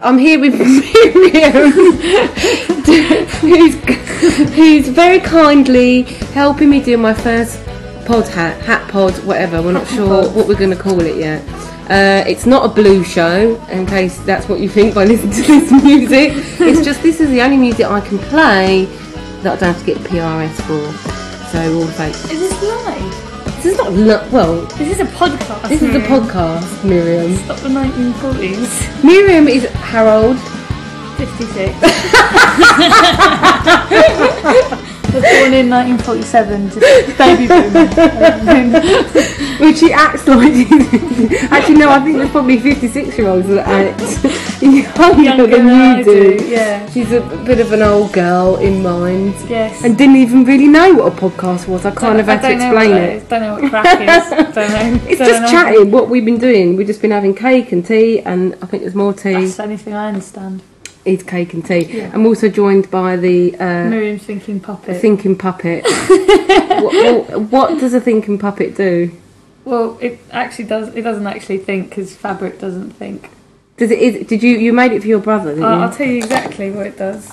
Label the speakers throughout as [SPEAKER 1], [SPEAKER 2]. [SPEAKER 1] I'm here with Miriam, who's, who's very kindly helping me do my first pod hat, hat pod, whatever. We're not sure what we're going to call it yet. Uh, it's not a blue show, in case that's what you think by listening to this music. It's just this is the only music I can play that I don't have to get PRS for. So all the like,
[SPEAKER 2] Is this live?
[SPEAKER 1] this is not lo- well.
[SPEAKER 2] This is a podcast.
[SPEAKER 1] This is a podcast, Miriam.
[SPEAKER 2] Stop the 1940s.
[SPEAKER 1] Miriam is Harold.
[SPEAKER 2] 56. was born in 1947, just baby boomer.
[SPEAKER 1] Which he acts like Actually, no, I think there's probably 56 year olds that act younger,
[SPEAKER 2] Younger
[SPEAKER 1] than you
[SPEAKER 2] than I
[SPEAKER 1] do.
[SPEAKER 2] do, yeah.
[SPEAKER 1] She's a bit of an old girl in mind
[SPEAKER 2] Yes.
[SPEAKER 1] and didn't even really know what a podcast was. I kind of had to
[SPEAKER 2] don't know
[SPEAKER 1] explain
[SPEAKER 2] what that
[SPEAKER 1] it.
[SPEAKER 2] is, Don't know what crack is. Don't know.
[SPEAKER 1] It's
[SPEAKER 2] don't
[SPEAKER 1] just
[SPEAKER 2] know.
[SPEAKER 1] chatting, what we've been doing. We've just been having cake and tea, and I think there's more tea.
[SPEAKER 2] That's the only thing I understand.
[SPEAKER 1] It's cake and tea.
[SPEAKER 2] Yeah.
[SPEAKER 1] I'm also joined by the uh,
[SPEAKER 2] Miriam's thinking puppet.
[SPEAKER 1] thinking puppet. what, what, what does a thinking puppet do?
[SPEAKER 2] well, it actually does. It doesn't actually think because fabric doesn't think.
[SPEAKER 1] Does it? Is, did you you made it for your brother? Didn't
[SPEAKER 2] I-
[SPEAKER 1] you?
[SPEAKER 2] I'll tell you exactly what it does.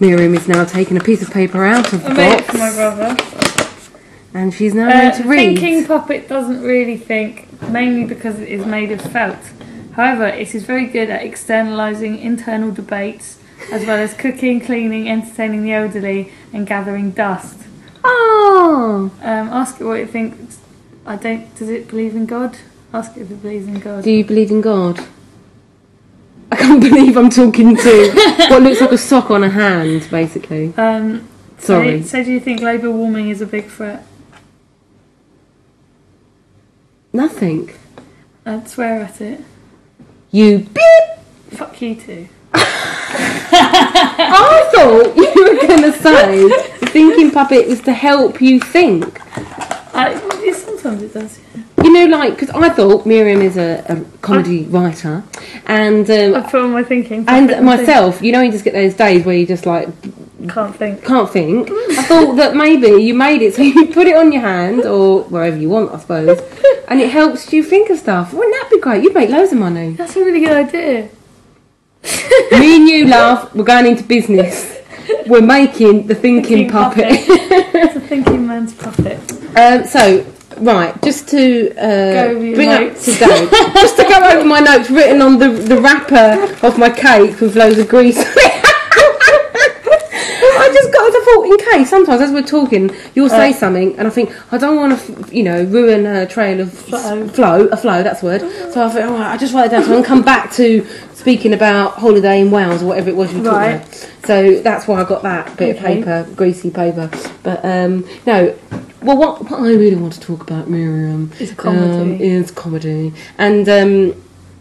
[SPEAKER 1] Miriam is now taking a piece of paper out of the
[SPEAKER 2] I made it
[SPEAKER 1] box,
[SPEAKER 2] for my brother.
[SPEAKER 1] and she's now
[SPEAKER 2] Uh,
[SPEAKER 1] going to read.
[SPEAKER 2] Thinking puppet doesn't really think, mainly because it is made of felt. However, it is very good at externalising internal debates, as well as cooking, cleaning, entertaining the elderly, and gathering dust.
[SPEAKER 1] Oh!
[SPEAKER 2] Um, ask it what it thinks. I don't. Does it believe in God? Ask it if it believes in God.
[SPEAKER 1] Do you believe in God? I can't believe I'm talking to what looks like a sock on a hand, basically.
[SPEAKER 2] um,
[SPEAKER 1] Sorry.
[SPEAKER 2] So, so do you think global warming is a big threat?
[SPEAKER 1] Nothing.
[SPEAKER 2] I'd swear at it.
[SPEAKER 1] You beep!
[SPEAKER 2] Fuck you too.
[SPEAKER 1] I thought you were going to say the thinking puppet was to help you think.
[SPEAKER 2] I, it- sometimes it does.
[SPEAKER 1] You know, like, because I thought Miriam is a, a comedy
[SPEAKER 2] Ah.
[SPEAKER 1] writer, and
[SPEAKER 2] I
[SPEAKER 1] um,
[SPEAKER 2] put on my thinking. puppet
[SPEAKER 1] and myself, you know, you just get those days where you just like
[SPEAKER 2] think. Can't think.
[SPEAKER 1] can't think. I thought that maybe you made it so you put it on your hand or wherever you want, I suppose, and it helps you think of stuff. Wouldn't that be great? You'd make loads of money.
[SPEAKER 2] That's a really good idea.
[SPEAKER 1] Me and you, love, we're going into business. We're making the thinking, puppet.
[SPEAKER 2] Thinking That's a thinking man's puppet.
[SPEAKER 1] um, so, right, just to uh,
[SPEAKER 2] Go over your
[SPEAKER 1] bring
[SPEAKER 2] notes.
[SPEAKER 1] up to date, just to go over my notes written on the the wrapper of my cake with loads of grease. I just got I thought in case sometimes as we're talking you'll
[SPEAKER 2] Uh,
[SPEAKER 1] say something and I think I don't want to f- you know ruin a trail of
[SPEAKER 2] Flow.
[SPEAKER 1] s- flow a flow that's the word so I think all right I just write it down so I can come back to speaking about holiday in Wales or whatever it was you were talking
[SPEAKER 2] Right.
[SPEAKER 1] about so that's why I got that bit of
[SPEAKER 2] Okay.
[SPEAKER 1] paper greasy paper but um no well what what I really want to talk about Miriam
[SPEAKER 2] Is comedy.
[SPEAKER 1] um, is comedy and um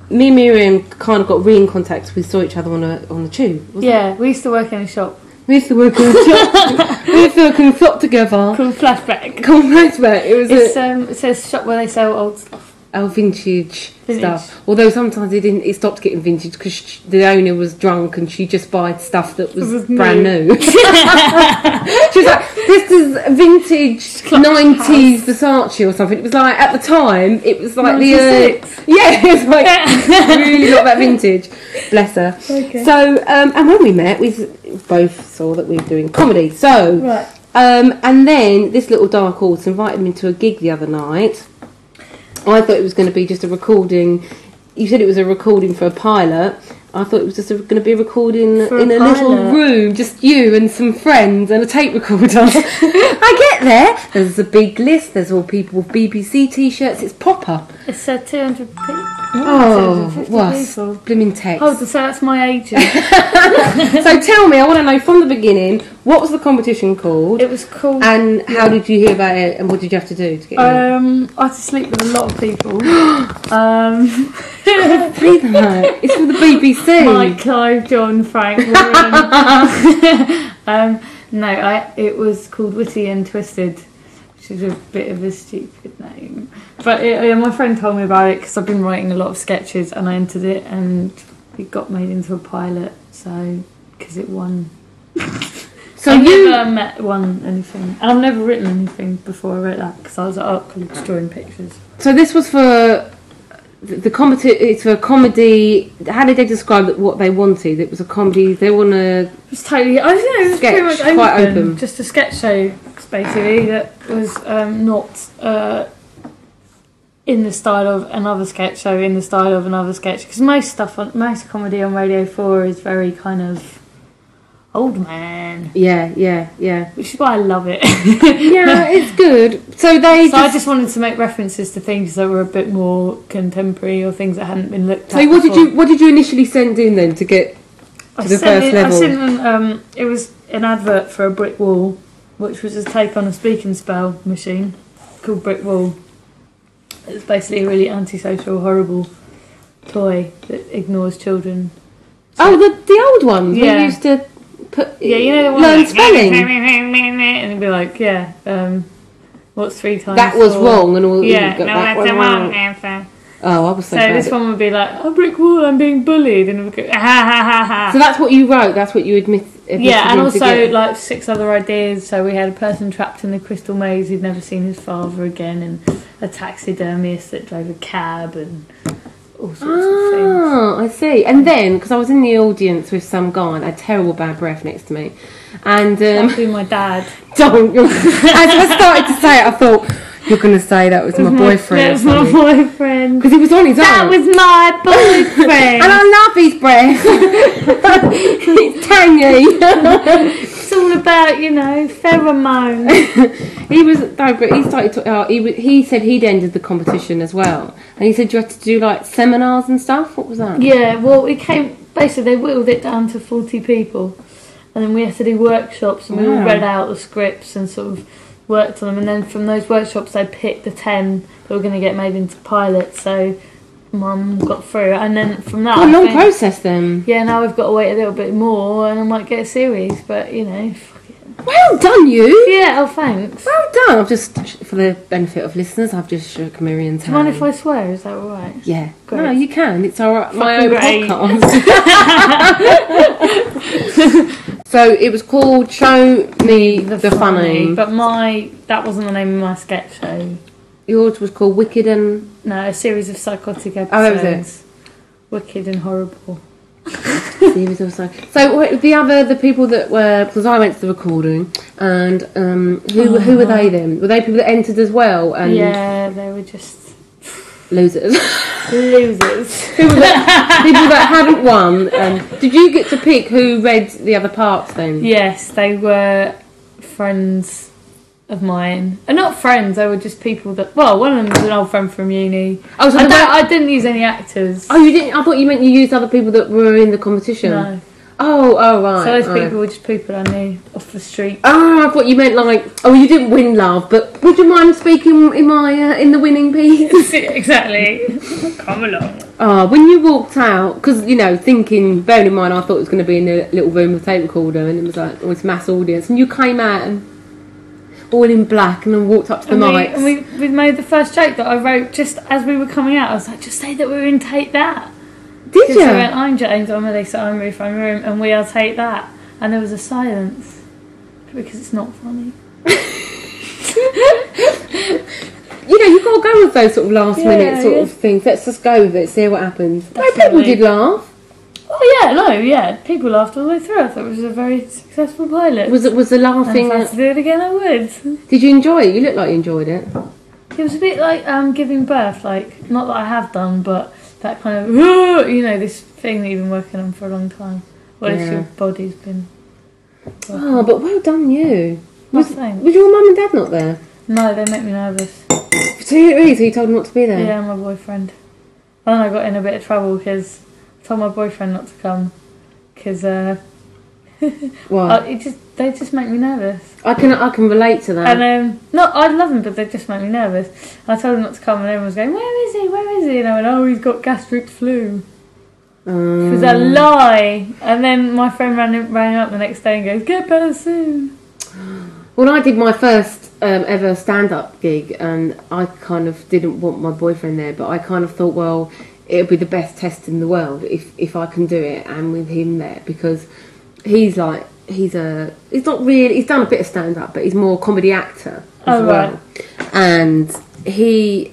[SPEAKER 1] me and Miriam kind of got re in contact we saw each other on a on the tube wasn't
[SPEAKER 2] Yeah, we used to work in a shop
[SPEAKER 1] we used to work on top. we used to work on top together.
[SPEAKER 2] called Flashback.
[SPEAKER 1] Come back to it. It was
[SPEAKER 2] It's,
[SPEAKER 1] a,
[SPEAKER 2] um, it's a shop where they sell old stuff.
[SPEAKER 1] our Oh, vintage,
[SPEAKER 2] Vintage.
[SPEAKER 1] stuff. Although sometimes it didn't. It stopped getting vintage because the owner was drunk and she just bought stuff that was,
[SPEAKER 2] It was
[SPEAKER 1] brand new. she was like, "This is vintage
[SPEAKER 2] Clutch
[SPEAKER 1] nineties Versace or something." It was like at the time, it was like the uh,
[SPEAKER 2] 96.
[SPEAKER 1] yeah, it's like really not that vintage. Bless her.
[SPEAKER 2] Okay.
[SPEAKER 1] So, um, and when we met, we s- both saw that we were doing comedy. So,
[SPEAKER 2] Right.
[SPEAKER 1] um, and then this little dark horse invited me to a gig the other night. I thought it was going to be just a recording. You said it was a recording for a pilot. I thought it was just going to be a recording
[SPEAKER 2] For a
[SPEAKER 1] in a, little
[SPEAKER 2] pilot.
[SPEAKER 1] room, just you and some friends and a tape recorder. I get there. There's a big list. There's all people with BBC t-shirts. It's proper.
[SPEAKER 2] It said 200 people.
[SPEAKER 1] Oh,
[SPEAKER 2] 250
[SPEAKER 1] was
[SPEAKER 2] people.
[SPEAKER 1] blooming text.
[SPEAKER 2] Hold on, Oh, so that's my agent.
[SPEAKER 1] so tell me, I want to know from the beginning what was the competition called,
[SPEAKER 2] it was called.
[SPEAKER 1] and how did you hear about it, and what did you have to do to get in?
[SPEAKER 2] Um, I had to sleep with a lot of people. um,
[SPEAKER 1] Play that. It's for the BBC.
[SPEAKER 2] Mike, Clive, John, Frank, Warren. um, no, I, it was called Witty and Twisted, which is a bit of a stupid name. But it, yeah, my friend told me about it because I've been writing a lot of sketches and I entered it and it got made into a pilot. So because it won,
[SPEAKER 1] so
[SPEAKER 2] I've
[SPEAKER 1] you,
[SPEAKER 2] never met won anything, and I've never written anything before I wrote that because I was at art college drawing pictures.
[SPEAKER 1] so this was for the, the comedy. It's a comedy. How did they describe what they wanted? It was a comedy. They want to.
[SPEAKER 2] It's totally. I don't know. It was
[SPEAKER 1] Sketch,
[SPEAKER 2] pretty much open,
[SPEAKER 1] quite open.
[SPEAKER 2] Just a sketch show, basically, that was um, not uh, in the style of another sketch show, in the style of another sketch. Because most stuff, on most comedy on Radio Four is very kind of old man,
[SPEAKER 1] Yeah, yeah, yeah.
[SPEAKER 2] which is why I love it.
[SPEAKER 1] Yeah, it's good. So they.
[SPEAKER 2] so I just wanted to make references to things that were a bit more contemporary or things that hadn't been looked at.
[SPEAKER 1] so what did
[SPEAKER 2] before.
[SPEAKER 1] you what did you initially send in then to get?
[SPEAKER 2] I
[SPEAKER 1] to the
[SPEAKER 2] sent
[SPEAKER 1] first
[SPEAKER 2] it,
[SPEAKER 1] level.
[SPEAKER 2] I sent them, um, it was an advert for a brick wall, which was a take on a speak and spell machine called Brick Wall. It's basically a really antisocial, horrible toy that ignores children.
[SPEAKER 1] Oh, the the old ones.
[SPEAKER 2] Yeah.
[SPEAKER 1] We used to put.
[SPEAKER 2] Yeah, you know the one
[SPEAKER 1] learn
[SPEAKER 2] like,
[SPEAKER 1] spelling.
[SPEAKER 2] and it'd be like, yeah, um, what's three times?
[SPEAKER 1] That was
[SPEAKER 2] four?
[SPEAKER 1] wrong, and all.
[SPEAKER 2] Yeah,
[SPEAKER 1] got
[SPEAKER 2] no,
[SPEAKER 1] that
[SPEAKER 2] that's the
[SPEAKER 1] one
[SPEAKER 2] wrong
[SPEAKER 1] right.
[SPEAKER 2] answer.
[SPEAKER 1] Oh, I was so.
[SPEAKER 2] So
[SPEAKER 1] bad
[SPEAKER 2] this
[SPEAKER 1] at-
[SPEAKER 2] one would be like, oh, brick wall, I'm being bullied, and it would go, ha ha ha ha.
[SPEAKER 1] So that's what you wrote. That's what you admit. admitted
[SPEAKER 2] Yeah, and
[SPEAKER 1] in to
[SPEAKER 2] also
[SPEAKER 1] get.
[SPEAKER 2] like six other ideas. So we had a person trapped in the crystal maze who'd never seen his father again, and a taxidermist that drove a cab, and all sorts of things.
[SPEAKER 1] Oh, I see. And then, because I was in the audience with some guy and I had terrible bad breath next to me, and um,
[SPEAKER 2] That'd be my dad.
[SPEAKER 1] don't. As I started to say it, I thought you're going to say that was my boyfriend
[SPEAKER 2] That's Mm-hmm. my boyfriend.
[SPEAKER 1] because he was on his
[SPEAKER 2] That
[SPEAKER 1] own.
[SPEAKER 2] was my boyfriend.
[SPEAKER 1] and I love his breath. it's tangy.
[SPEAKER 2] it's all about you know pheromones.
[SPEAKER 1] He was no, but he started. To, uh, he wa- he said he'd ended the competition as well, and he said you had to do like seminars and stuff. What was that?
[SPEAKER 2] yeah, well, it came basically they whittled it down to forty people, and then we had to do workshops, and we all
[SPEAKER 1] Wow.
[SPEAKER 2] read out the scripts and sort of worked on them, and then from those workshops they picked the ten that were going to get made into pilots. So mum got through, and then from that,
[SPEAKER 1] What
[SPEAKER 2] I
[SPEAKER 1] a Oh, long
[SPEAKER 2] think,
[SPEAKER 1] process then.
[SPEAKER 2] yeah, now we've got to wait a little bit more, and I might get a series, but you know, fuck it.
[SPEAKER 1] Well done, you.
[SPEAKER 2] yeah, oh thanks. Do
[SPEAKER 1] Well done. I've just, for the benefit of listeners, I've just shook Miriam's
[SPEAKER 2] you
[SPEAKER 1] hand.
[SPEAKER 2] mind if I swear? Is that all right?
[SPEAKER 1] Yeah.
[SPEAKER 2] Great.
[SPEAKER 1] No, you can. It's all right. My own
[SPEAKER 2] Fucking great.
[SPEAKER 1] podcast. so it was called Show Me the, Funny.
[SPEAKER 2] but my that wasn't the name of my sketch show.
[SPEAKER 1] Yours was called Wicked and.
[SPEAKER 2] No, a series of psychotic episodes.
[SPEAKER 1] Oh, that was it.
[SPEAKER 2] Wicked and horrible.
[SPEAKER 1] Series of Psy- so what- the other the people that were because I went to the recording and um, who who were they then? Were they people that entered as well and
[SPEAKER 2] Oh, yeah, they were just
[SPEAKER 1] losers?
[SPEAKER 2] losers.
[SPEAKER 1] people, that, people that hadn't won. Um, did you get to pick who read the other parts then?
[SPEAKER 2] yes, they were friends of mine. And not friends, they were just people that. Well, one of them was an old friend from uni.
[SPEAKER 1] Oh, so
[SPEAKER 2] I,
[SPEAKER 1] the
[SPEAKER 2] don't,
[SPEAKER 1] ra-
[SPEAKER 2] I didn't use any actors.
[SPEAKER 1] Oh, you didn't. I thought you meant you used other people that were in the competition.
[SPEAKER 2] no.
[SPEAKER 1] Oh, oh, right.
[SPEAKER 2] So those
[SPEAKER 1] right.
[SPEAKER 2] people were just people I knew off the street.
[SPEAKER 1] Oh, I thought you meant like. Oh, you didn't win, love. But would you mind speaking in my uh, in the winning piece?
[SPEAKER 2] exactly. Come along.
[SPEAKER 1] Oh, when you walked out, because you know, thinking, bearing in mind, I thought it was going to be in a little room with tape recorder, and it was like oh, it's mass audience, and you came out and all in black, and then walked up to the
[SPEAKER 2] And we,
[SPEAKER 1] mics.
[SPEAKER 2] and we, we made the first joke that I wrote just as we were coming out. I was like, just say that we were in Take That.
[SPEAKER 1] Did
[SPEAKER 2] Because
[SPEAKER 1] you?
[SPEAKER 2] they went, I'm James, I'm Elisa, I'm Ruth, I'm Room, and we are Take That. And there was a silence. Because it's not funny.
[SPEAKER 1] you know, you've got to go with those sort of last
[SPEAKER 2] Yeah,
[SPEAKER 1] minute sort
[SPEAKER 2] yeah.
[SPEAKER 1] of things. Let's just go with it, see what happens. No, people
[SPEAKER 2] Definitely.
[SPEAKER 1] did laugh.
[SPEAKER 2] Oh, yeah, no, yeah. People laughed all the way through. I thought it was a very successful pilot.
[SPEAKER 1] Was it was the
[SPEAKER 2] and if
[SPEAKER 1] laughing?
[SPEAKER 2] I had to do it again, I would.
[SPEAKER 1] Did you enjoy it? You looked like you enjoyed it.
[SPEAKER 2] It was a bit like um, giving birth, like, not that I have done, but that kind of, "Whoa," you know, this thing that you've been working on for a long time. What if
[SPEAKER 1] Yeah.
[SPEAKER 2] your body's been.
[SPEAKER 1] Oh, but well done you.
[SPEAKER 2] Well,
[SPEAKER 1] Was,
[SPEAKER 2] thanks.
[SPEAKER 1] was your mum and dad not there?
[SPEAKER 2] No, they make me nervous.
[SPEAKER 1] So you, really, so you told them not to be there?
[SPEAKER 2] Yeah, my boyfriend. And then I got in a bit of trouble because I told my boyfriend not to come because uh,
[SPEAKER 1] Why?
[SPEAKER 2] I- it just they just make me nervous.
[SPEAKER 1] I can I can relate to that.
[SPEAKER 2] And um, no, I love them, but they just make me nervous. I told him not to come, and everyone was going, "Where is he? Where is he?" And I went, "Oh, he's got gastric flu."
[SPEAKER 1] Um,
[SPEAKER 2] It was a lie. And then my friend ran rang up the next day and goes, "Get better soon."
[SPEAKER 1] When I did my first um, ever stand-up gig, and I kind of didn't want my boyfriend there, but I kind of thought, well, it'll be the best test in the world if if I can do it, and with him there because he's like he's a he's not really he's done a bit of stand-up, but he's more a comedy actor as
[SPEAKER 2] Oh,
[SPEAKER 1] well,
[SPEAKER 2] right.
[SPEAKER 1] and he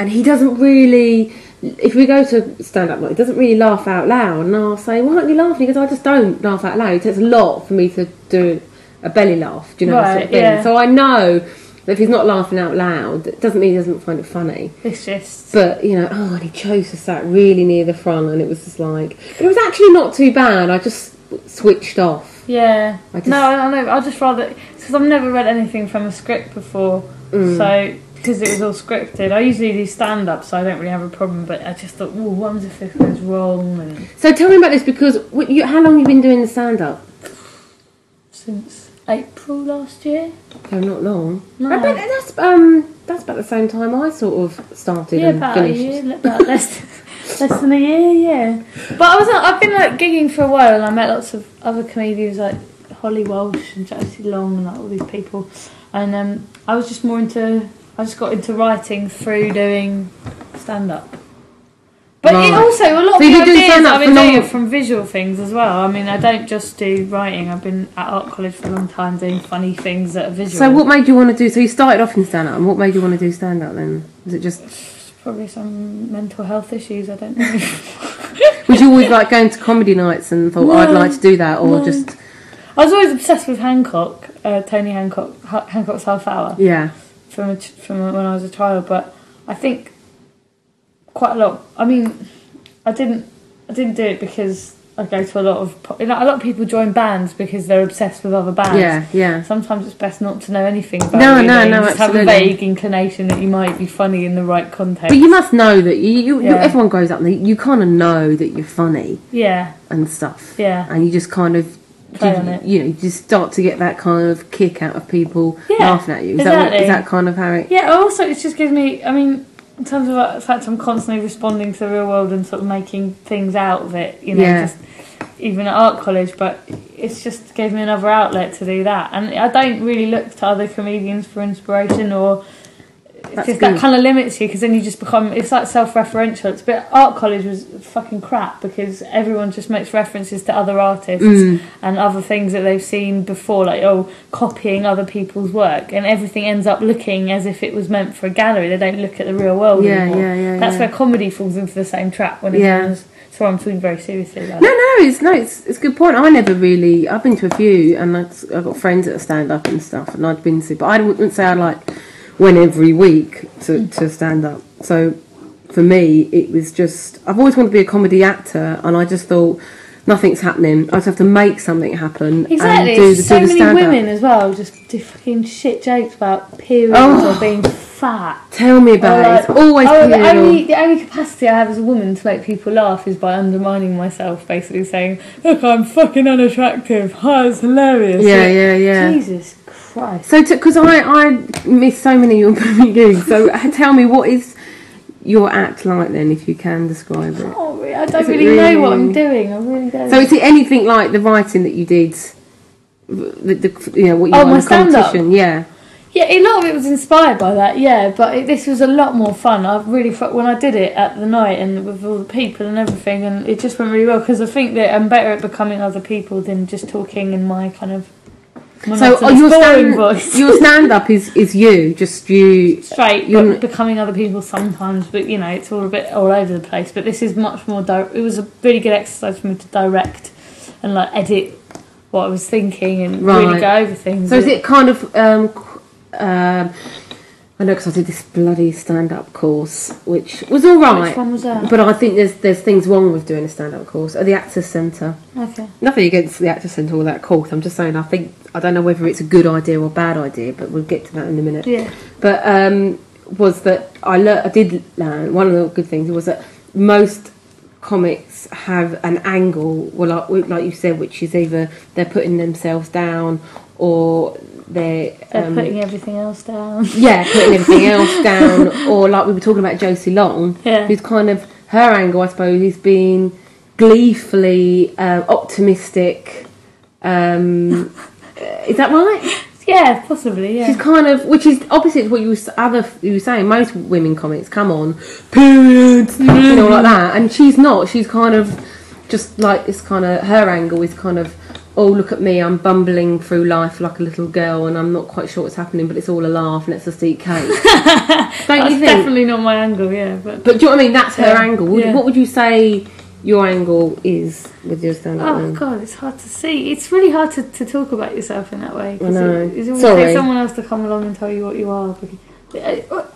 [SPEAKER 1] and he doesn't really. If we go to stand up, he doesn't really laugh out loud, and I'll say, "Why aren't you laughing?" Because I just don't laugh out loud. It takes a lot for me to do a belly laugh, do you know, that sort
[SPEAKER 2] Right,
[SPEAKER 1] of thing.
[SPEAKER 2] yeah.
[SPEAKER 1] So I know that if he's not laughing out loud, it doesn't mean he doesn't find it funny.
[SPEAKER 2] It's just
[SPEAKER 1] But you know, oh, and he chose to sat really near the front, and it was just like, but it was actually not too bad. I just switched off.
[SPEAKER 2] yeah.
[SPEAKER 1] I just-
[SPEAKER 2] no, I know. I just rather because I've never read anything from a script before,
[SPEAKER 1] Mm.
[SPEAKER 2] so because it was all scripted. I usually do stand up, so I don't really have a problem. But I just thought, well, what happens if this goes wrong? And
[SPEAKER 1] So tell me about this because what you, how long have you been doing the stand up?
[SPEAKER 2] since April last year,
[SPEAKER 1] So not long.
[SPEAKER 2] No.
[SPEAKER 1] I bet that's um that's about the same time I sort of started
[SPEAKER 2] yeah,
[SPEAKER 1] and
[SPEAKER 2] about
[SPEAKER 1] finished.
[SPEAKER 2] a year, li- about less, less than a year, yeah. But I was, I've been like gigging for a while, and I met lots of other comedians like Holly Walsh and Josie Long and like, all these people, and um, I was just more into, I just got into writing through doing stand up. But it
[SPEAKER 1] Right.
[SPEAKER 2] also a
[SPEAKER 1] So
[SPEAKER 2] lot of
[SPEAKER 1] you've
[SPEAKER 2] the
[SPEAKER 1] been doing
[SPEAKER 2] ideas
[SPEAKER 1] stand-up
[SPEAKER 2] I've been
[SPEAKER 1] for
[SPEAKER 2] doing
[SPEAKER 1] long-
[SPEAKER 2] it from visual things as well. I mean, I don't just do writing. I've been at art college for a long time doing funny things that are visual.
[SPEAKER 1] So what made you want to do? So you started off in stand up, and what made you want to do stand up then? Was it just
[SPEAKER 2] Probably some mental health issues. I don't know.
[SPEAKER 1] was you always like going to comedy nights and thought "Oh, I'd
[SPEAKER 2] No.
[SPEAKER 1] like to do that, or
[SPEAKER 2] No.
[SPEAKER 1] just
[SPEAKER 2] I was always obsessed with Hancock, uh, Tony Hancock, Ha- Hancock's Half Hour
[SPEAKER 1] yeah,
[SPEAKER 2] from a ch- from when I was a child. But I think quite a lot. I mean, I didn't I didn't do it because I go to a lot of po- you know, a lot of people join bands because they're obsessed with other bands.
[SPEAKER 1] yeah, yeah.
[SPEAKER 2] Sometimes it's best not to know anything about
[SPEAKER 1] No,
[SPEAKER 2] it, you
[SPEAKER 1] no,
[SPEAKER 2] know, you
[SPEAKER 1] no,
[SPEAKER 2] Just have a
[SPEAKER 1] absolutely.
[SPEAKER 2] vague inclination that you might be funny in the right context.
[SPEAKER 1] But you must know that you, you, you
[SPEAKER 2] Yeah.
[SPEAKER 1] everyone grows up and you, kind of know that you're funny
[SPEAKER 2] yeah,
[SPEAKER 1] and stuff,
[SPEAKER 2] yeah.
[SPEAKER 1] and you just kind of.
[SPEAKER 2] Play
[SPEAKER 1] you,
[SPEAKER 2] on it.
[SPEAKER 1] you know, you just start to get that kind of kick out of people
[SPEAKER 2] Yeah,
[SPEAKER 1] laughing at you. Is that what,
[SPEAKER 2] exactly.
[SPEAKER 1] is that kind of how it?
[SPEAKER 2] Yeah, also it just gives me. I mean, in terms of uh, the fact I'm constantly responding to the real world and sort of making things out of it, you know,
[SPEAKER 1] Yeah.
[SPEAKER 2] just even at art college. But it's just gave me another outlet to do that, and I don't really look to other comedians for inspiration or. It's
[SPEAKER 1] That's
[SPEAKER 2] just
[SPEAKER 1] good.
[SPEAKER 2] that kind of limits you because then you just become it's like self-referential. It's but art college was fucking crap because everyone just makes references to other artists
[SPEAKER 1] Mm.
[SPEAKER 2] and other things that they've seen before, like oh, copying other people's work, and everything ends up looking as if it was meant for a gallery. They don't look at the real world
[SPEAKER 1] Yeah,
[SPEAKER 2] anymore.
[SPEAKER 1] yeah, yeah,
[SPEAKER 2] That's
[SPEAKER 1] yeah.
[SPEAKER 2] where comedy falls into the same trap when
[SPEAKER 1] Yeah.
[SPEAKER 2] everyone's. Sorry, I'm talking very seriously. About
[SPEAKER 1] No, no, it's no, it's, it's a good point. I never really. I've been to a few, and I've, I've got friends that stand up and stuff, and I'd been to, but I wouldn't say I like went every week
[SPEAKER 2] Mm.
[SPEAKER 1] to to stand up. So for me, it was just I've always wanted to be a comedy actor, and I just thought nothing's happening. I just have to make something happen.
[SPEAKER 2] Exactly.
[SPEAKER 1] And do
[SPEAKER 2] it's
[SPEAKER 1] the,
[SPEAKER 2] just so
[SPEAKER 1] do the
[SPEAKER 2] many
[SPEAKER 1] stand-up.
[SPEAKER 2] women as well just do fucking shit jokes about periods
[SPEAKER 1] Oh.
[SPEAKER 2] or being fat.
[SPEAKER 1] Tell me about
[SPEAKER 2] Or,
[SPEAKER 1] it.
[SPEAKER 2] like,
[SPEAKER 1] It's always
[SPEAKER 2] oh, the
[SPEAKER 1] communal.
[SPEAKER 2] only, the only capacity I have as a woman to make people laugh is by undermining myself, basically saying, "Look, I'm fucking unattractive. Ha, it's hilarious."
[SPEAKER 1] Yeah, yeah, yeah.
[SPEAKER 2] Jesus Christ.
[SPEAKER 1] So, because I I miss so many of your gigs. So, uh, tell me, what is your act like then, if you can describe it?
[SPEAKER 2] Oh, I don't
[SPEAKER 1] Is it
[SPEAKER 2] really, know what I'm
[SPEAKER 1] really-
[SPEAKER 2] doing. I really don't.
[SPEAKER 1] So, is it anything like the writing that you did? The, the you know what you
[SPEAKER 2] Oh,
[SPEAKER 1] won
[SPEAKER 2] my
[SPEAKER 1] the competition,
[SPEAKER 2] stand-up?
[SPEAKER 1] yeah.
[SPEAKER 2] Yeah, a lot of it was inspired by that, yeah, but it, this was a lot more fun. I really felt when I did it at the night and with all the people and everything, and it just went really well because I think that I'm better at becoming other people than just talking in my kind of
[SPEAKER 1] So,
[SPEAKER 2] monotonous,
[SPEAKER 1] oh, your
[SPEAKER 2] boring
[SPEAKER 1] stand
[SPEAKER 2] voice.
[SPEAKER 1] your stand up is is you, just you.
[SPEAKER 2] Straight,
[SPEAKER 1] you're
[SPEAKER 2] but
[SPEAKER 1] n-
[SPEAKER 2] becoming other people sometimes, but you know, it's all a bit all over the place. But this is much more, di- it was a really good exercise for me to direct and like edit what I was thinking and really
[SPEAKER 1] Right.
[SPEAKER 2] go over things.
[SPEAKER 1] So, is it kind of um, qu- um I know because I did this bloody stand up course, which was all right.
[SPEAKER 2] Which one was that?
[SPEAKER 1] But I think there's there's things wrong with doing a stand up course at the Actors Centre.
[SPEAKER 2] Okay.
[SPEAKER 1] Nothing against the Actors Centre or that course. I'm just saying I think I don't know whether it's a good idea or bad idea, but we'll get to that in a minute.
[SPEAKER 2] Yeah.
[SPEAKER 1] But um, was that I learnt I did learn one of the good things was that most comics have an angle, well, like, like you said, which is either they're putting themselves down or they're,
[SPEAKER 2] They're
[SPEAKER 1] um,
[SPEAKER 2] putting everything else down.
[SPEAKER 1] yeah putting everything else down, or like we were talking about Josie Long,
[SPEAKER 2] Yeah.
[SPEAKER 1] who's kind of her angle, I suppose, is being gleefully um, optimistic. Um, is that right?
[SPEAKER 2] Yeah, possibly. Yeah.
[SPEAKER 1] She's kind of, which is opposite to what you was other you were saying. Most women comics come on periods, you know, like that, and she's not. She's kind of just like this kind of her angle is kind of oh look at me, I'm bumbling through life like a little girl, and I'm not quite sure what's happening, but it's all a laugh, and let's just eat cake. Don't
[SPEAKER 2] That's
[SPEAKER 1] you think?
[SPEAKER 2] definitely not my angle, yeah. But
[SPEAKER 1] But do you know what I mean? That's her
[SPEAKER 2] Yeah.
[SPEAKER 1] angle. Would-
[SPEAKER 2] Yeah.
[SPEAKER 1] What would you say your angle is with your stand-up?
[SPEAKER 2] Oh
[SPEAKER 1] man?
[SPEAKER 2] god, it's hard to see. It's really hard to, to talk about yourself in that way. 'cause
[SPEAKER 1] I know.
[SPEAKER 2] It, it always
[SPEAKER 1] Sorry.
[SPEAKER 2] takes someone else to come along and tell you what you are. because-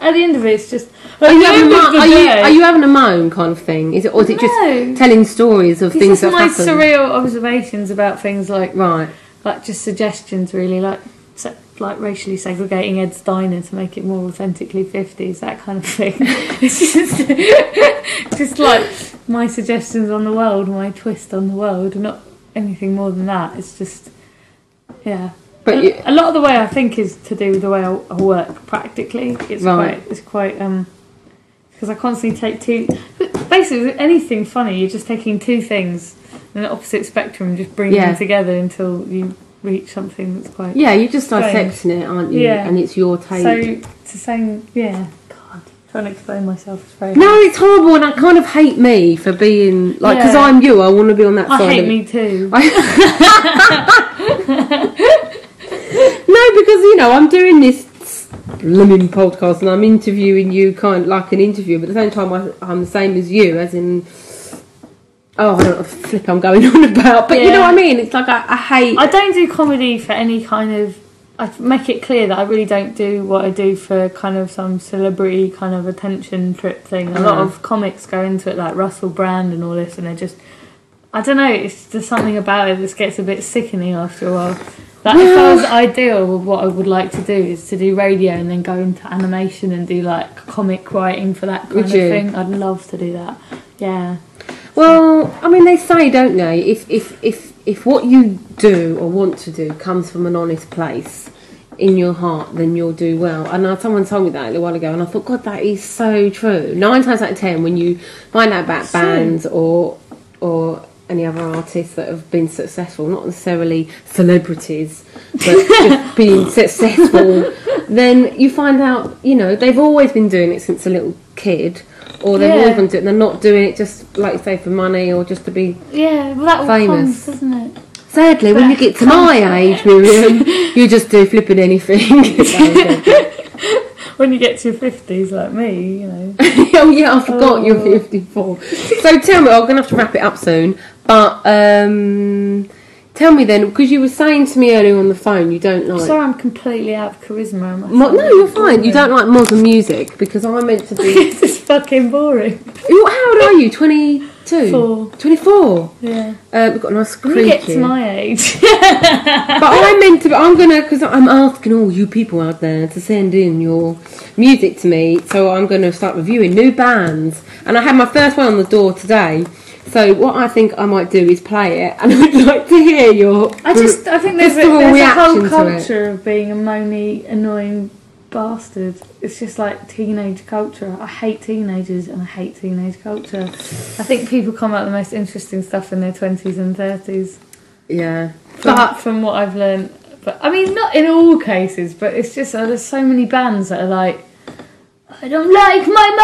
[SPEAKER 2] At the end of it, it's just.
[SPEAKER 1] Are you,
[SPEAKER 2] at the
[SPEAKER 1] having a
[SPEAKER 2] end of
[SPEAKER 1] mo-
[SPEAKER 2] the
[SPEAKER 1] are, you,
[SPEAKER 2] day-
[SPEAKER 1] are you having a moan kind of thing? Is it or is it
[SPEAKER 2] No.
[SPEAKER 1] just telling stories of
[SPEAKER 2] It's
[SPEAKER 1] things
[SPEAKER 2] just
[SPEAKER 1] that
[SPEAKER 2] my
[SPEAKER 1] have happened?
[SPEAKER 2] surreal observations about things like
[SPEAKER 1] Right.
[SPEAKER 2] like just suggestions really like se- like racially segregating Ed's diner to make it more authentically 50s that kind of thing it's just, just like my suggestions on the world my twist on the world not anything more than that it's just yeah
[SPEAKER 1] But
[SPEAKER 2] a,
[SPEAKER 1] you-
[SPEAKER 2] a lot of the way I think is to do with the way I, I work practically it's
[SPEAKER 1] Right.
[SPEAKER 2] quite it's quite um because I constantly take two but basically with anything funny you're just taking two things in the opposite spectrum just bringing
[SPEAKER 1] Yeah.
[SPEAKER 2] them together until you reach something that's quite
[SPEAKER 1] Yeah, you're just
[SPEAKER 2] Strange.
[SPEAKER 1] dissecting it, aren't you?
[SPEAKER 2] Yeah.
[SPEAKER 1] And it's your take.
[SPEAKER 2] so to saying yeah god trying to explain myself is very
[SPEAKER 1] no, it's horrible, and I kind of hate me for being like because
[SPEAKER 2] Yeah.
[SPEAKER 1] I'm you. I want to be on that
[SPEAKER 2] hard.
[SPEAKER 1] side.
[SPEAKER 2] I
[SPEAKER 1] of
[SPEAKER 2] hate
[SPEAKER 1] it.
[SPEAKER 2] me too
[SPEAKER 1] No, because you know I'm doing this blooming podcast and I'm interviewing you kind of like an interview, but at the same time I, I'm the same as you, as in. Oh, I don't know what the flip I'm going on about, but you
[SPEAKER 2] Yeah.
[SPEAKER 1] know what I mean. It's like I, I hate.
[SPEAKER 2] I don't do comedy for any kind of. I make it clear that I really don't do what I do for kind of some celebrity kind of attention trip thing. A lot
[SPEAKER 1] Mhm.
[SPEAKER 2] of comics go into it, like Russell Brand and all this, and they're just. I don't know, it's just something about it that gets a bit sickening after a while. That if I was ideal with what I would like to do is to do radio and then go into animation and do like comic writing for that kind
[SPEAKER 1] Would
[SPEAKER 2] of
[SPEAKER 1] you?
[SPEAKER 2] thing. I'd love to do that. Yeah.
[SPEAKER 1] Well, I mean, they say, don't they? If if if if what you do or want to do comes from an honest place in your heart, then you'll do well. And uh, someone told me that a little while ago, and I thought, God, that is so true. Nine times out of ten, when you find out about bands or or any other artists that have been successful, not necessarily celebrities, but just being successful, then you find out, you know, they've always been doing it since a little kid, or they've
[SPEAKER 2] Yeah.
[SPEAKER 1] always been doing. They're not doing it just like you say for money or just to be.
[SPEAKER 2] Yeah, well, that all
[SPEAKER 1] Famous.
[SPEAKER 2] comes, doesn't it?
[SPEAKER 1] Sadly, when you get to my age, Miriam, you just do flipping anything.
[SPEAKER 2] When you get to your fifties, like me, you know.
[SPEAKER 1] oh yeah, I forgot you're
[SPEAKER 2] Oh.
[SPEAKER 1] 54. So tell me, I'm gonna have to wrap it up soon. But um, tell me then, because you were saying to me earlier on the phone, you don't like.
[SPEAKER 2] Sorry, Oh, I'm completely out of charisma. am I?
[SPEAKER 1] Mo- no, you're fine. You don't like modern music because I'm meant to be.
[SPEAKER 2] this is fucking boring.
[SPEAKER 1] You- How old are you? 22?
[SPEAKER 2] Four.
[SPEAKER 1] 24.
[SPEAKER 2] Yeah.
[SPEAKER 1] Uh, we've got a nice
[SPEAKER 2] When you get
[SPEAKER 1] creaky.
[SPEAKER 2] to my age,
[SPEAKER 1] But I meant to. But I'm gonna because I'm asking all you people out there to send in your music to me. So I'm gonna start reviewing new bands, and I had my first one on the door today. So what I think I might do is play it, and I'd like to hear your.
[SPEAKER 2] I just I think there's a,
[SPEAKER 1] Visceral
[SPEAKER 2] there's a
[SPEAKER 1] reaction to
[SPEAKER 2] whole
[SPEAKER 1] it.
[SPEAKER 2] culture of being a moany, annoying bastard. It's just like teenage culture. I hate teenagers and I hate teenage culture. I think people come out with the most interesting stuff in their twenties and thirties.
[SPEAKER 1] yeah.
[SPEAKER 2] From, from what I've learned, but I mean, not in all cases, but it's just uh, there's so many bands that are like, I don't like my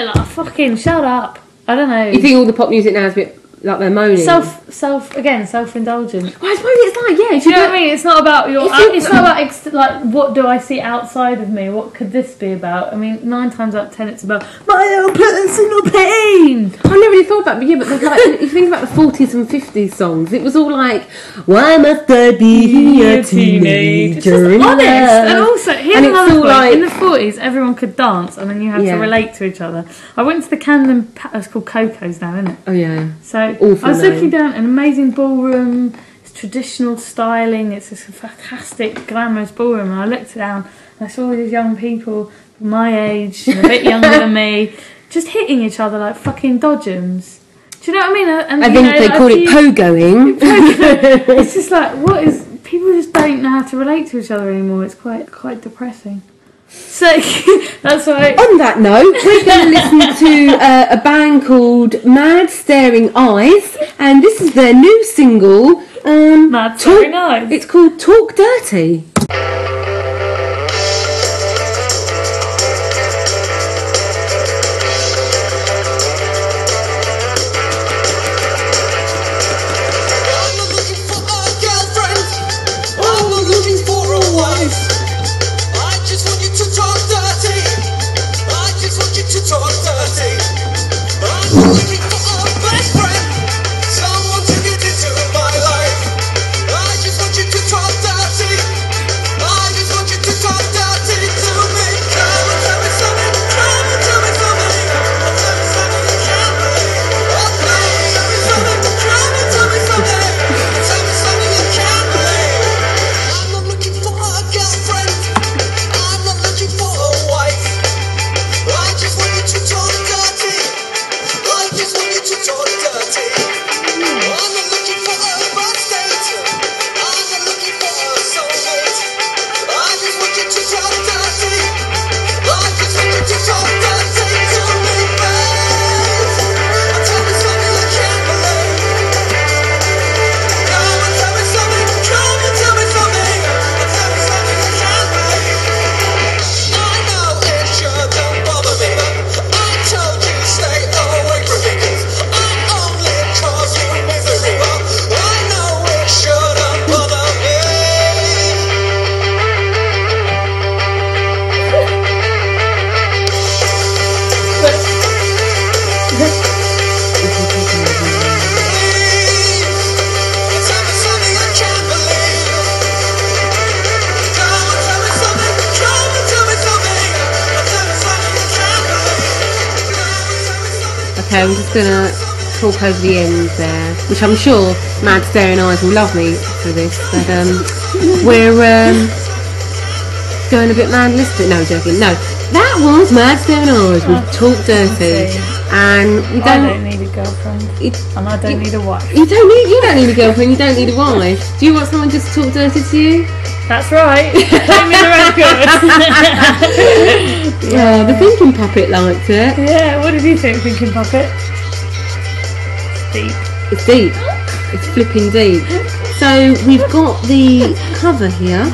[SPEAKER 2] mother. Like, fucking shut up. I don't know.
[SPEAKER 1] You think all the pop music now is a bit like they're moaning?
[SPEAKER 2] self, self again, self indulgent.
[SPEAKER 1] Well, I suppose it's like yeah. If you
[SPEAKER 2] Do you know
[SPEAKER 1] don't
[SPEAKER 2] what I mean? It's not about your. uh,
[SPEAKER 1] If you-
[SPEAKER 2] It's not about ex- like what do I see outside of me? What could this be about? I mean, nine times out of ten, it's about my own personal pain.
[SPEAKER 1] I never really thought about, it, but yeah, but there's like if you think about the forties and fifties songs, it was all like, "Why must I be a teenager?"
[SPEAKER 2] It's just
[SPEAKER 1] in
[SPEAKER 2] honest. And
[SPEAKER 1] love?"
[SPEAKER 2] also, here's
[SPEAKER 1] And it's
[SPEAKER 2] another
[SPEAKER 1] all
[SPEAKER 2] point.
[SPEAKER 1] like-
[SPEAKER 2] In the 40s, everyone could dance and then you had
[SPEAKER 1] Yeah.
[SPEAKER 2] to relate to each other. I went to the Camden, Pa- it's called Coco's now, isn't it?
[SPEAKER 1] oh yeah,
[SPEAKER 2] So
[SPEAKER 1] Awful
[SPEAKER 2] I was
[SPEAKER 1] name.
[SPEAKER 2] looking down an amazing ballroom. It's traditional styling. It's this fantastic, glamorous ballroom. And I looked down and I saw all these young people my age and a bit younger than me, just hitting each other like fucking dodgems. Do you know what I mean? And,
[SPEAKER 1] I
[SPEAKER 2] you
[SPEAKER 1] think
[SPEAKER 2] know,
[SPEAKER 1] they
[SPEAKER 2] like,
[SPEAKER 1] called
[SPEAKER 2] you-
[SPEAKER 1] it pogoing.
[SPEAKER 2] it's just like what is people just don't know how to relate to each other anymore. It's quite quite depressing. So that's why
[SPEAKER 1] On that note, we're going to listen to uh, a band called Mad Staring Eyes, and this is their new single. Um,
[SPEAKER 2] Mad
[SPEAKER 1] Talk-
[SPEAKER 2] Staring Eyes.
[SPEAKER 1] It's called Talk Dirty.
[SPEAKER 3] I'm looking for a girl
[SPEAKER 1] Okay, I'm just gonna talk over the end there, which I'm sure Mad Staring Eyes will love me for this. But um, we're um, going a bit mad listening. No, joking. No, that was Mad Staring Eyes. We've talked dirty,
[SPEAKER 2] Oh, okay.
[SPEAKER 1] and we
[SPEAKER 2] I
[SPEAKER 1] don't.
[SPEAKER 2] don't need a girlfriend,
[SPEAKER 1] It,
[SPEAKER 2] and I don't need a wife.
[SPEAKER 1] you don't need you don't need a girlfriend. You don't need a wife. Do you want someone just to talk dirty to you?
[SPEAKER 2] That's right. Play me the record.
[SPEAKER 1] Yeah, Uh, the thinking puppet liked it.
[SPEAKER 2] yeah. What did you think, Thinking Pocket? Deep.
[SPEAKER 1] It's deep. It's flipping deep. So we've got the cover here,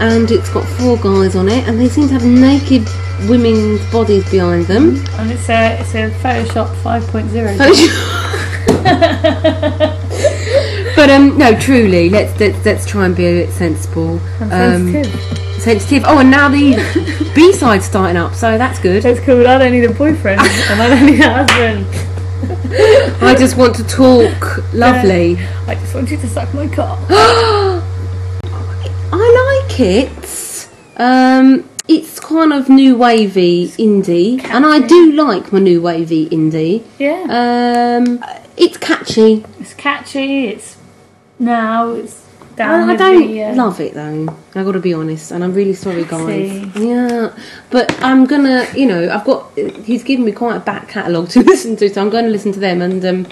[SPEAKER 1] and it's got four guys on it, and they seem to have naked women's bodies behind them.
[SPEAKER 2] And it's a it's a Photoshop
[SPEAKER 1] Um,
[SPEAKER 2] 5.0.
[SPEAKER 1] but um, no, truly, let's let's, let's try and be a bit sensible.
[SPEAKER 2] Um,
[SPEAKER 1] Um, sensitive. Oh, and now the B side's starting up, so that's good.
[SPEAKER 2] That's cool. I don't need a boyfriend, and I don't need a husband.
[SPEAKER 1] I just want to talk lovely.
[SPEAKER 2] I just want you to suck my cock.
[SPEAKER 1] I like it. Um, it's kind of new wavy indie, and I do like my new wavy indie.
[SPEAKER 2] Yeah.
[SPEAKER 1] Um, it's catchy.
[SPEAKER 2] It's catchy. It's now. It's down.
[SPEAKER 1] I, I
[SPEAKER 2] with
[SPEAKER 1] don't
[SPEAKER 2] the, uh,
[SPEAKER 1] love it though. I got to be honest, and I'm really sorry, guys.
[SPEAKER 2] see.
[SPEAKER 1] Yeah, but I'm gonna, you know, I've got. He's given me quite a back catalogue to listen to, so I'm going to listen to them and um,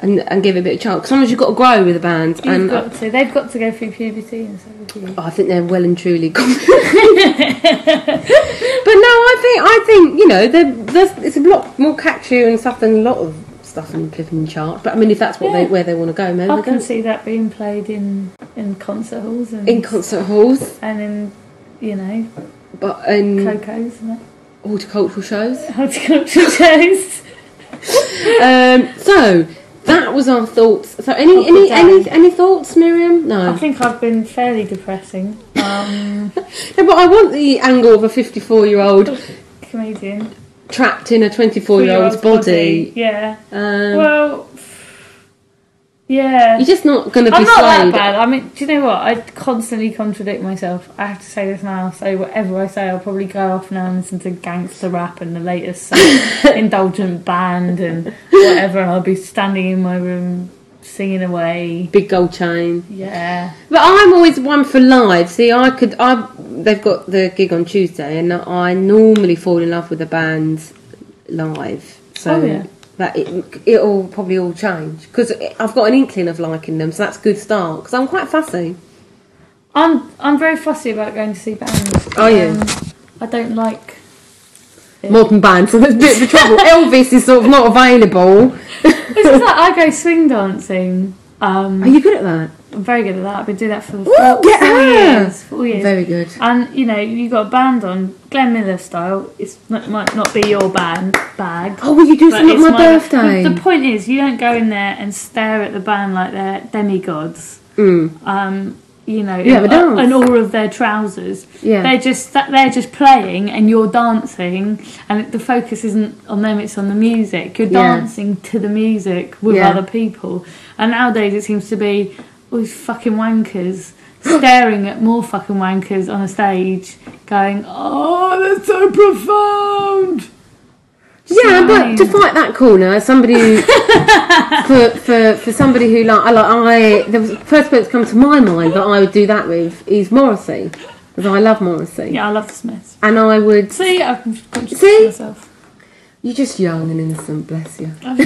[SPEAKER 1] and and give it a bit of chance. Sometimes you've got to grow with a band,
[SPEAKER 2] You've
[SPEAKER 1] and
[SPEAKER 2] got to. They've got to go through puberty and so have you.
[SPEAKER 1] Oh, I think they're well and truly gone. but no, I think I think you know they're, there's- it's a lot more catchy and stuff than a lot of stuff in flipping chart. But I mean, if that's what they
[SPEAKER 2] Yeah.
[SPEAKER 1] where they want to go, maybe
[SPEAKER 2] I
[SPEAKER 1] they
[SPEAKER 2] can
[SPEAKER 1] go
[SPEAKER 2] see that being played in in concert halls and
[SPEAKER 1] in concert halls,
[SPEAKER 2] and in you know
[SPEAKER 1] but in
[SPEAKER 2] cocos and that.
[SPEAKER 1] horticultural shows.
[SPEAKER 2] horticulture shows.
[SPEAKER 1] um, so that was our thoughts. So any
[SPEAKER 2] Of the
[SPEAKER 1] any
[SPEAKER 2] day.
[SPEAKER 1] any any thoughts, Miriam?
[SPEAKER 2] I
[SPEAKER 1] No.
[SPEAKER 2] think I've been fairly depressing. Um,
[SPEAKER 1] No, but I want the angle of a fifty-four-year-old
[SPEAKER 2] comedian.
[SPEAKER 1] trapped in a twenty-four-year-old's Oh, body.
[SPEAKER 2] Yeah.
[SPEAKER 1] Um,
[SPEAKER 2] well. Yeah.
[SPEAKER 1] you're just not going to be
[SPEAKER 2] I'm not that
[SPEAKER 1] swayed.
[SPEAKER 2] bad. I mean, do you know what? I constantly contradict myself. I have to say this now, so whatever I say, I'll probably go off now and listen to gangster rap and the latest sort of indulgent band and whatever, and I'll be standing in my room singing away.
[SPEAKER 1] Big gold chain.
[SPEAKER 2] Yeah.
[SPEAKER 1] But I'm always one for live. See, I could. I they've got the gig on Tuesday, and I normally fall in love with a band live. So
[SPEAKER 2] Oh, yeah.
[SPEAKER 1] that it it'll probably all change because I've got an inkling of liking them. So that's a good start because I'm quite fussy.
[SPEAKER 2] I'm I'm very fussy about going to see bands.
[SPEAKER 1] Are you?
[SPEAKER 2] I don't like.
[SPEAKER 1] Modern band, so that's a bit of a trouble. Elvis is sort of not available.
[SPEAKER 2] This is like I go swing dancing. Um,
[SPEAKER 1] Are you good at that?
[SPEAKER 2] I'm very good at that. I've been doing that for
[SPEAKER 1] Ooh,
[SPEAKER 2] four,
[SPEAKER 1] get
[SPEAKER 2] four
[SPEAKER 1] her.
[SPEAKER 2] years. Four years.
[SPEAKER 1] Very good.
[SPEAKER 2] And you know, you got a band on Glenn Miller style. It's not, might not be your band bag.
[SPEAKER 1] Oh, will you do
[SPEAKER 2] but
[SPEAKER 1] something
[SPEAKER 2] it's
[SPEAKER 1] on my birthday?
[SPEAKER 2] The, the point is, you don't go in there and stare at the band like they're demigods.
[SPEAKER 1] Mm.
[SPEAKER 2] Um, you know,
[SPEAKER 1] You have a dance.
[SPEAKER 2] and all of their trousers.
[SPEAKER 1] Yeah.
[SPEAKER 2] they're just they're just playing, and you're dancing, and the focus isn't on them; it's on the music. You're
[SPEAKER 1] Yeah.
[SPEAKER 2] dancing to the music with
[SPEAKER 1] Yeah.
[SPEAKER 2] other people. And nowadays, it seems to be all these fucking wankers staring at more fucking wankers on a stage, going, "Oh, that's so profound."
[SPEAKER 1] Yeah, but
[SPEAKER 2] Fine.
[SPEAKER 1] to fight that corner, somebody who- for, for for somebody who like I like I the first person to come to my mind that I would do that with is Morrissey because I love Morrissey
[SPEAKER 2] Yeah, I love the Smiths.
[SPEAKER 1] and I would
[SPEAKER 2] See, I've contradicted
[SPEAKER 1] See?
[SPEAKER 2] myself.
[SPEAKER 1] you're just young and innocent, bless you.
[SPEAKER 2] Full of,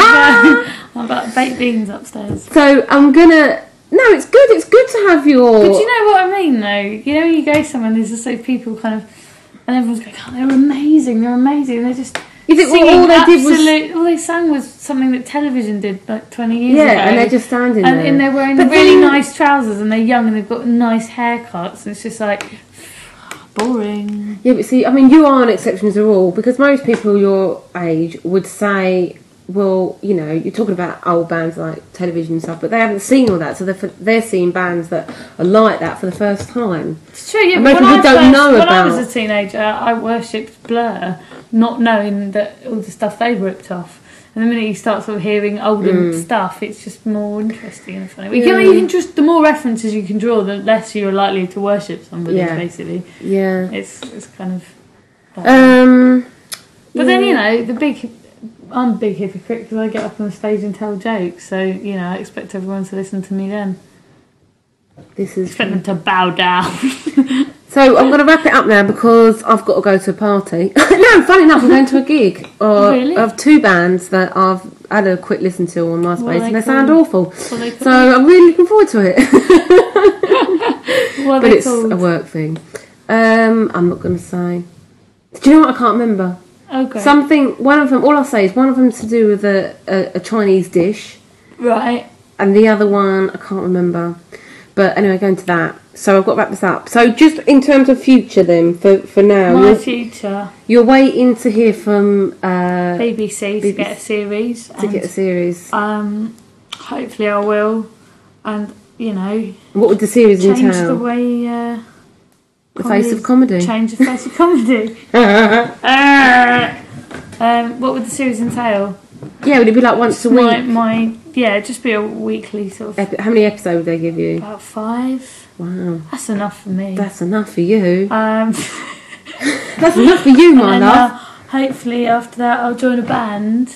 [SPEAKER 2] uh, I've got baked beans upstairs.
[SPEAKER 1] So I'm gonna no, it's good. It's good to have your.
[SPEAKER 2] But do you know what I mean, though? You know, when you go somewhere, and there's just like people kind of, and everyone's going, "Oh, they're amazing! They're amazing!" They're just
[SPEAKER 1] Is it all
[SPEAKER 2] singing
[SPEAKER 1] they did was-
[SPEAKER 2] absolute- all they sang was something that television did like 20 years
[SPEAKER 1] yeah,
[SPEAKER 2] ago.
[SPEAKER 1] and they're just standing
[SPEAKER 2] and,
[SPEAKER 1] there.
[SPEAKER 2] and they're wearing
[SPEAKER 1] But
[SPEAKER 2] really
[SPEAKER 1] then-
[SPEAKER 2] nice trousers, and they're young, and they've got nice haircuts, and it's just like boring.
[SPEAKER 1] Yeah, but see, I mean, you are an exception to the rule because most people your age would say, well, you know, you're talking about old bands like television and stuff, but they haven't seen all that, so they're, f- they're seeing bands that are like that for the first time.
[SPEAKER 2] It's true, yeah.
[SPEAKER 1] And
[SPEAKER 2] but
[SPEAKER 1] most
[SPEAKER 2] when
[SPEAKER 1] people
[SPEAKER 2] I
[SPEAKER 1] don't
[SPEAKER 2] first-
[SPEAKER 1] know
[SPEAKER 2] when I
[SPEAKER 1] about-
[SPEAKER 2] was a teenager, I worshipped Blur, not knowing that all the stuff they ripped off. And the minute you start sort of hearing older
[SPEAKER 1] Mm.
[SPEAKER 2] stuff, it's just more interesting and funny. You, know, you can just the more references you can draw, the less you're likely to worship somebody.
[SPEAKER 1] Yeah.
[SPEAKER 2] Basically,
[SPEAKER 1] Yeah.
[SPEAKER 2] it's it's kind of. that.
[SPEAKER 1] Um.
[SPEAKER 2] but then you know the big I'm a big hypocrite because I get up on stage and tell jokes. So you know, I expect everyone to listen to me then.
[SPEAKER 1] This is
[SPEAKER 2] Expect them to bow down.
[SPEAKER 1] so. I'm going to wrap it up now because I've got to go to a party. no, funny enough, I'm going to a gig of,
[SPEAKER 2] Really?
[SPEAKER 1] of two bands that I've had a quick listen to on MySpace,
[SPEAKER 2] What are they
[SPEAKER 1] and they sound
[SPEAKER 2] called?
[SPEAKER 1] awful.
[SPEAKER 2] What are they
[SPEAKER 1] So I'm really looking forward to it.
[SPEAKER 2] What are
[SPEAKER 1] but
[SPEAKER 2] they
[SPEAKER 1] it's
[SPEAKER 2] called?
[SPEAKER 1] a work thing. Um, I'm not going to say. Do you know what? I can't remember.
[SPEAKER 2] okay.
[SPEAKER 1] Something. One of them. All I'll say is one of them's to do with a, a, a Chinese dish,
[SPEAKER 2] right.
[SPEAKER 1] and the other one I can't remember. But anyway, going to that. So I've got to wrap this up. So just in terms of future, then for for now,
[SPEAKER 2] My
[SPEAKER 1] you're,
[SPEAKER 2] future
[SPEAKER 1] you're waiting to hear from uh,
[SPEAKER 2] BBC to get a series.
[SPEAKER 1] to get a series.
[SPEAKER 2] um, hopefully I will, and you know,
[SPEAKER 1] What would the series
[SPEAKER 2] change
[SPEAKER 1] entail?
[SPEAKER 2] the way uh,
[SPEAKER 1] The face of comedy.
[SPEAKER 2] Change the face of comedy. Uh, um, what would the series entail?
[SPEAKER 1] Yeah, would it be like once a week?
[SPEAKER 2] My, my yeah, it'd just be a weekly sort of
[SPEAKER 1] Epi- How many episodes would they give you?
[SPEAKER 2] about five.
[SPEAKER 1] Wow,
[SPEAKER 2] That's enough for me.
[SPEAKER 1] that's enough for you.
[SPEAKER 2] Um,
[SPEAKER 1] That's enough for you, my
[SPEAKER 2] and,
[SPEAKER 1] love.
[SPEAKER 2] uh, hopefully after that I'll join a band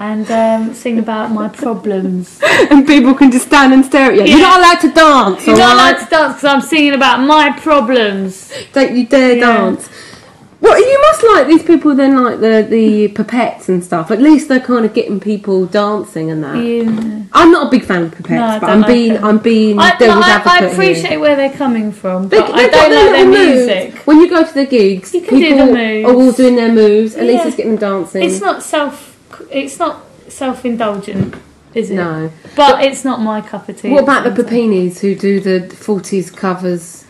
[SPEAKER 2] and um, sing about my problems.
[SPEAKER 1] and people can just stand and stare at you. You're
[SPEAKER 2] Yeah.
[SPEAKER 1] not allowed to dance.
[SPEAKER 2] uh, You're
[SPEAKER 1] all
[SPEAKER 2] not
[SPEAKER 1] right?
[SPEAKER 2] allowed to dance because I'm singing about my problems.
[SPEAKER 1] Don't you dare
[SPEAKER 2] Yeah.
[SPEAKER 1] dance. Well, you must like these people. Then, like the the pipettes and stuff. At least they're kind of getting people dancing and that.
[SPEAKER 2] You-
[SPEAKER 1] I'm not a big fan of pipettes,
[SPEAKER 2] No, I
[SPEAKER 1] but
[SPEAKER 2] don't
[SPEAKER 1] I'm
[SPEAKER 2] like
[SPEAKER 1] being
[SPEAKER 2] them.
[SPEAKER 1] I'm being
[SPEAKER 2] I,
[SPEAKER 1] devil's
[SPEAKER 2] I, I
[SPEAKER 1] advocate here.
[SPEAKER 2] appreciate where they're coming from,
[SPEAKER 1] They,
[SPEAKER 2] but I
[SPEAKER 1] they've got
[SPEAKER 2] don't like their
[SPEAKER 1] little moves.
[SPEAKER 2] music.
[SPEAKER 1] When you go to the gigs,
[SPEAKER 2] You can do
[SPEAKER 1] people
[SPEAKER 2] the moves.
[SPEAKER 1] are all doing their moves. At least
[SPEAKER 2] Yeah.
[SPEAKER 1] it's getting them dancing.
[SPEAKER 2] It's not self. It's not self-indulgent, is it?
[SPEAKER 1] no.
[SPEAKER 2] but, it's not my cup of tea.
[SPEAKER 1] What about the Pepinis who do the 40s covers,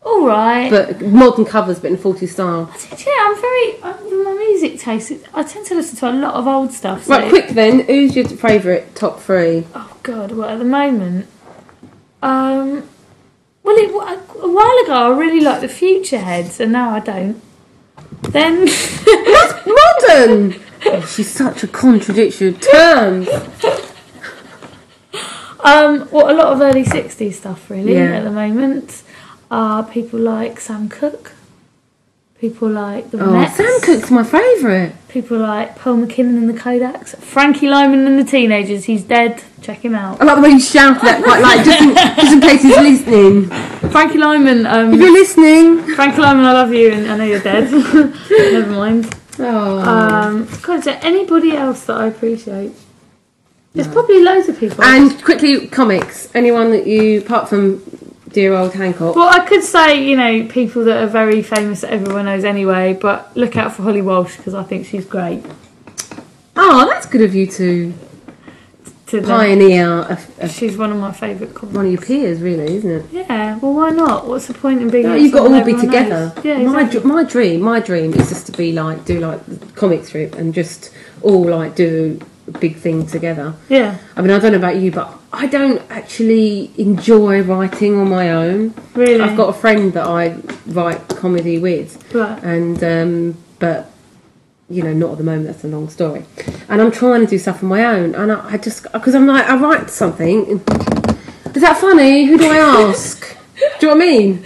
[SPEAKER 2] All right.
[SPEAKER 1] but modern covers, but in 40s style?
[SPEAKER 2] I said, yeah, I'm very. I'm, with my music taste. it- I tend to listen to a lot of old stuff. So,
[SPEAKER 1] Right, quick then. Who's your favourite top three?
[SPEAKER 2] Oh God. Well, at the moment, um, well, it, a while ago I really liked the Future Heads, and now I don't. Then.
[SPEAKER 1] Modern. oh, she's such a contradiction of terms.
[SPEAKER 2] Um, well, a lot of early 60s stuff, really,
[SPEAKER 1] Yeah.
[SPEAKER 2] at the moment. Uh, people like Sam Cooke. People like The
[SPEAKER 1] Oh,
[SPEAKER 2] Mets.
[SPEAKER 1] Sam Cooke's my favourite.
[SPEAKER 2] People like Paul McKinnon and the Kodaks. Frankie Lyman and the Teenagers. He's dead. Check him out.
[SPEAKER 1] I like the way you shouted that quite like just in, just in case he's listening.
[SPEAKER 2] Frankie Lyman.
[SPEAKER 1] If
[SPEAKER 2] Um,
[SPEAKER 1] you're listening,
[SPEAKER 2] Frankie Lyman, I love you, and I know you're dead. Never mind.
[SPEAKER 1] oh,
[SPEAKER 2] Um, God, is there anybody else that I appreciate? There's probably loads of people.
[SPEAKER 1] and quickly comics. Anyone that you apart from dear old Hancock.
[SPEAKER 2] Well, I could say, you know, people that are very famous that everyone knows anyway, but look out for Holly Walsh because I think she's great.
[SPEAKER 1] Oh, that's good of you to
[SPEAKER 2] To them.
[SPEAKER 1] pioneer a, a,
[SPEAKER 2] She's one of my favourite comics.
[SPEAKER 1] one of your peers, really, isn't it?
[SPEAKER 2] Yeah, well, why not? What's the point in being like
[SPEAKER 1] You've got to
[SPEAKER 2] someone
[SPEAKER 1] all be
[SPEAKER 2] everyone
[SPEAKER 1] together.
[SPEAKER 2] knows? Yeah,
[SPEAKER 1] my,
[SPEAKER 2] exactly.
[SPEAKER 1] dr- my dream, my dream is just to be like do like the comic strip and just all like do a big thing together.
[SPEAKER 2] yeah,
[SPEAKER 1] I mean, I don't know about you, but I don't actually enjoy writing on my own.
[SPEAKER 2] really.
[SPEAKER 1] I've got a friend that I write comedy with,
[SPEAKER 2] Right.
[SPEAKER 1] and um, but you know, not at the moment. That's a long story. And I'm trying to do stuff on my own, and I, I just because I'm like, I write something. Is that funny? Who do I ask? do you know what I mean?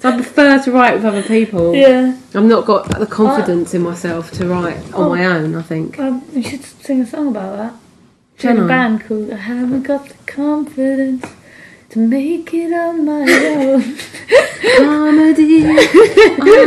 [SPEAKER 1] So I prefer to write with other people.
[SPEAKER 2] Yeah.
[SPEAKER 1] I've not got the confidence in myself to write on
[SPEAKER 2] Oh.
[SPEAKER 1] my own. I think.
[SPEAKER 2] Um, you should sing a song about that.
[SPEAKER 1] Can
[SPEAKER 2] Join
[SPEAKER 1] I?
[SPEAKER 2] a band called I Haven't Got the Confidence to Make It On My Own.
[SPEAKER 1] Comedy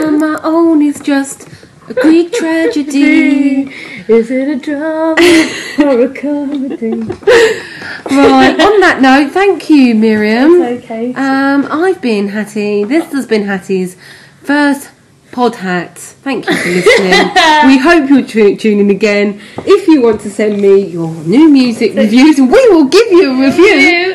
[SPEAKER 1] on my own is just a Greek tragedy.
[SPEAKER 2] Is it a drama or a comedy?
[SPEAKER 1] Right, on that note, thank you, Miriam.
[SPEAKER 2] Okay.
[SPEAKER 1] Um, I've been Hattie. This has been Hattie's first pod hat. Thank you for listening. we hope you'll tu- tune in again. If you want to send me your new music reviews, we will give you a review.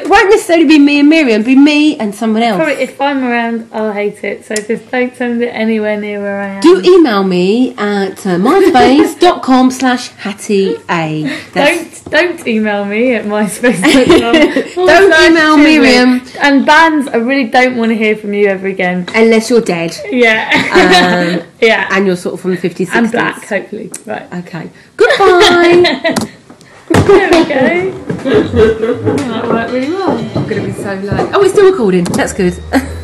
[SPEAKER 1] It won't necessarily be me and Miriam, be me and someone else.
[SPEAKER 2] Probably if I'm around, I'll hate it. So just don't send it anywhere near where I am.
[SPEAKER 1] Do e-, email me at uh, myspace.com slash Hattie A. That's-
[SPEAKER 2] don't don't email me at MySpace.
[SPEAKER 1] Don't email Miriam.
[SPEAKER 2] And bands, I really don't want to hear from you ever again.
[SPEAKER 1] Unless you're dead
[SPEAKER 2] Yeah,
[SPEAKER 1] Um,
[SPEAKER 2] yeah, and,
[SPEAKER 1] and you're sort of from the 50s, 60s.
[SPEAKER 2] black, hopefully. Right.
[SPEAKER 1] Okay. Goodbye.
[SPEAKER 2] There we go. that worked really well.
[SPEAKER 1] I'm going to be so late. Oh, it's still recording. That's good.